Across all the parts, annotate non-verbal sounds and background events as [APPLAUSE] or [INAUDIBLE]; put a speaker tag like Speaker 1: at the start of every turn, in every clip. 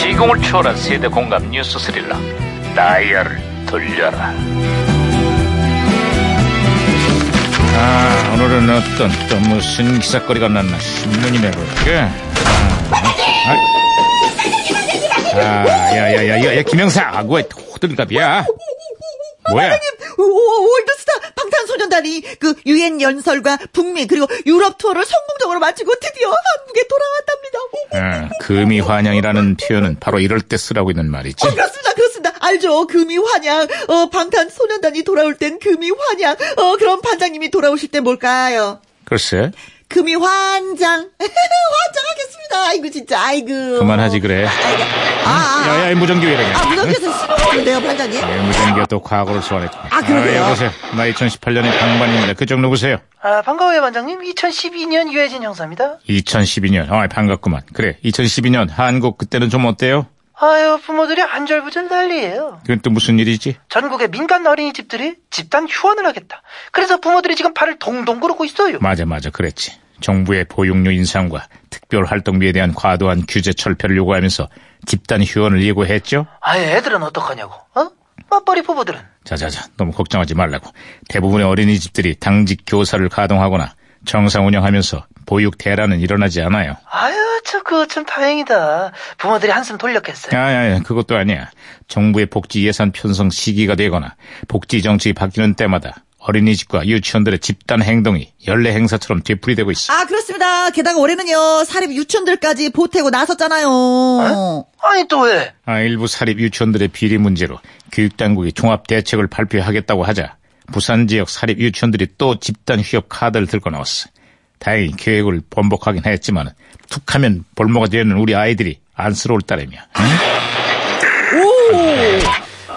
Speaker 1: 시공을 초월한 세대 공감 뉴스 스릴러 다이얼을 돌려라
Speaker 2: 아, 오늘은 어떤 또 무슨 기사거리가 났나 신문이 내볼게. 아, 아, 아, 야, 야, 야, 야, 야, 김영사, 아, 왜 호들갑이야? 뭐야?
Speaker 3: 오, 오, 월드스타 방탄소년단이 그 유엔 연설과 북미 그리고 유럽 투어를 성공적으로 마치고 드디어 한국에 돌아왔답니다. 오,
Speaker 2: 아, 금이 환영이라는 표현은 바로 이럴 때 쓰라고 있는 말이지.
Speaker 3: 어, 그렇습니다, 그렇습니다. 알죠? 금이 환양. 어, 방탄소년단이 돌아올 땐 금이 환양. 어, 그럼 반장님이 돌아오실 때 뭘까요?
Speaker 2: 글쎄,
Speaker 3: 금이 환장. [LAUGHS] 환장하겠습니다. 아이고, 진짜, 아이고.
Speaker 2: 그만하지 그래.
Speaker 3: 아, 아,
Speaker 2: 야, 야, 이 무전기 왜 이러냐?
Speaker 3: 아, 무전기에서 신호인데요, 반장님.
Speaker 2: 예, 무전기가 또 과거를 소환했군.
Speaker 3: 아, 그러게요.
Speaker 2: 여보세요. 나 2018년의 강반입니다. 그쪽 누구세요?
Speaker 4: 아, 반가워요, 반장님. 2012년 유해진 형사입니다.
Speaker 2: 2012년. 아, 반갑구만. 그래, 2012년 한국 그때는 좀 어때요?
Speaker 4: 아유, 부모들이 안절부절 난리예요.
Speaker 2: 그건 또 무슨 일이지?
Speaker 4: 전국의 민간 어린이집들이 집단 휴원을 하겠다. 그래서 부모들이 지금 발을 동동 구르고 있어요.
Speaker 2: 맞아 맞아 그랬지 정부의 보육료 인상과 특별활동비에 대한 과도한 규제 철폐를 요구하면서 집단 휴원을 예고했죠
Speaker 4: 아, 애들은 어떡하냐고, 어? 맞벌이 부부들은.
Speaker 2: 자자자 너무 걱정하지 말라고 대부분의 어린이집들이 당직 교사를 가동하거나 정상 운영하면서 보육 대란은 일어나지 않아요
Speaker 4: 아유, 참, 그거 참 다행이다. 부모들이 한숨 돌렸겠어요.
Speaker 2: 아야 그것도 아니야 정부의 복지 예산 편성 시기가 되거나 복지 정책이 바뀌는 때마다 어린이집과 유치원들의 집단 행동이 연례 행사처럼 되풀이되고 있어
Speaker 3: 아, 그렇습니다. 게다가 올해는요, 사립 유치원들까지 보태고 나섰잖아요.
Speaker 4: 아니, 또 왜?
Speaker 2: 아, 일부 사립 유치원들의 비리 문제로 교육당국이 종합 대책을 발표하겠다고 하자 부산 지역 사립 유치원들이 또 집단 휴업 카드를 들고 나왔어. 다행히 계획을 번복하긴 했지만 툭하면 볼모가 되는 우리 아이들이 안쓰러울 따름이야. 오!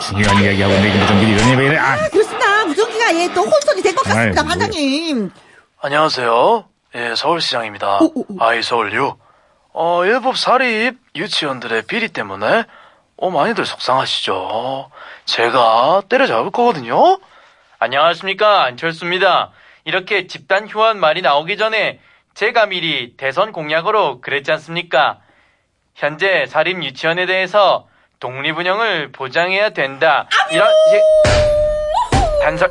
Speaker 2: 중요한 이야기하고 내기 무정기 이런 얘기 이래. 아,
Speaker 3: 그렇습니다. 무전기가 예, 또 혼선이 된 것 같습니다,
Speaker 2: 아이고, 예.
Speaker 3: 반장님.
Speaker 4: 안녕하세요. 예, 서울시장입니다. 아이 서울요. 어, 일부 사립 유치원들의 비리 때문에 어, 많이들 속상하시죠. 제가 때려잡을 거거든요. 안녕하십니까. 안철수입니다. 이렇게 집단 휴원 말이 나오기 전에 제가 미리 대선 공약으로 그랬지 않습니까? 현재 사립 유치원에 대해서 독립운영을 보장해야 된다. 이런 시- 단설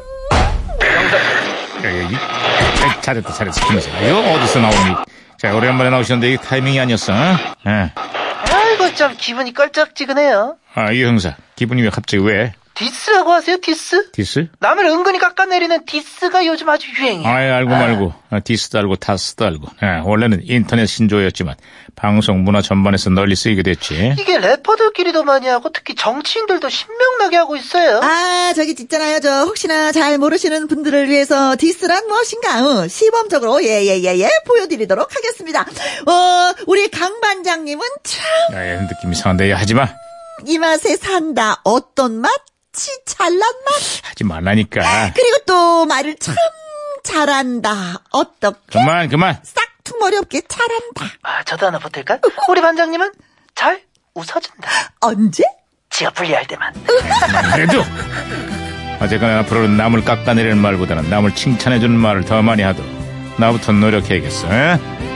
Speaker 2: 야, 야, 이, 야, 아, 잘했다, 잘했어. 김혜수. 아, 이거 어디서 나오니? 자, 오랜만에 나오셨는데 이 타이밍이 아니었어. 어? 예.
Speaker 4: 아이고 참 기분이 껄쩍지근해요.
Speaker 2: 아, 이 형사. 기분이 왜 갑자기 왜?
Speaker 4: 디스라고 하세요 디스?
Speaker 2: 디스?
Speaker 4: 남을 은근히 깎아내리는 디스가 요즘 아주 유행이에요.
Speaker 2: 아이, 알고 말고. 아, 디스도 알고, 타스도 알고. 예, 원래는 인터넷 신조어였지만, 방송 문화 전반에서 널리 쓰이게 됐지.
Speaker 4: 이게 래퍼들끼리도 많이 하고 특히 정치인들도 신명나게 하고 있어요.
Speaker 3: 아, 저기 있잖아요. 저 혹시나 잘 모르시는 분들을 위해서 디스란 무엇인가 어, 시범적으로 예 예 예 예 보여드리도록 하겠습니다. 어, 우리 강 반장님은 참 이
Speaker 2: 야, 얘 느낌 이상한데, 야, 하지 마.
Speaker 3: 맛에 산다. 어떤 맛? 치찰난 맛.
Speaker 2: 하지 말라니까.
Speaker 3: 그리고 또 말을 참 잘한다. 어떻게
Speaker 2: 그만, 그만.
Speaker 3: 싹퉁머리 없게 잘한다.
Speaker 4: 아, 저도 하나 보탤까? 우리 반장님은 잘 웃어준다.
Speaker 3: 언제?
Speaker 4: 지가 불리할 때만.
Speaker 2: 그래도! 어쨌거나 앞으로는 남을 깎아내리는 말보다는 남을 칭찬해주는 말을 더 많이 하도록. 나부터 노력해야겠어. 예?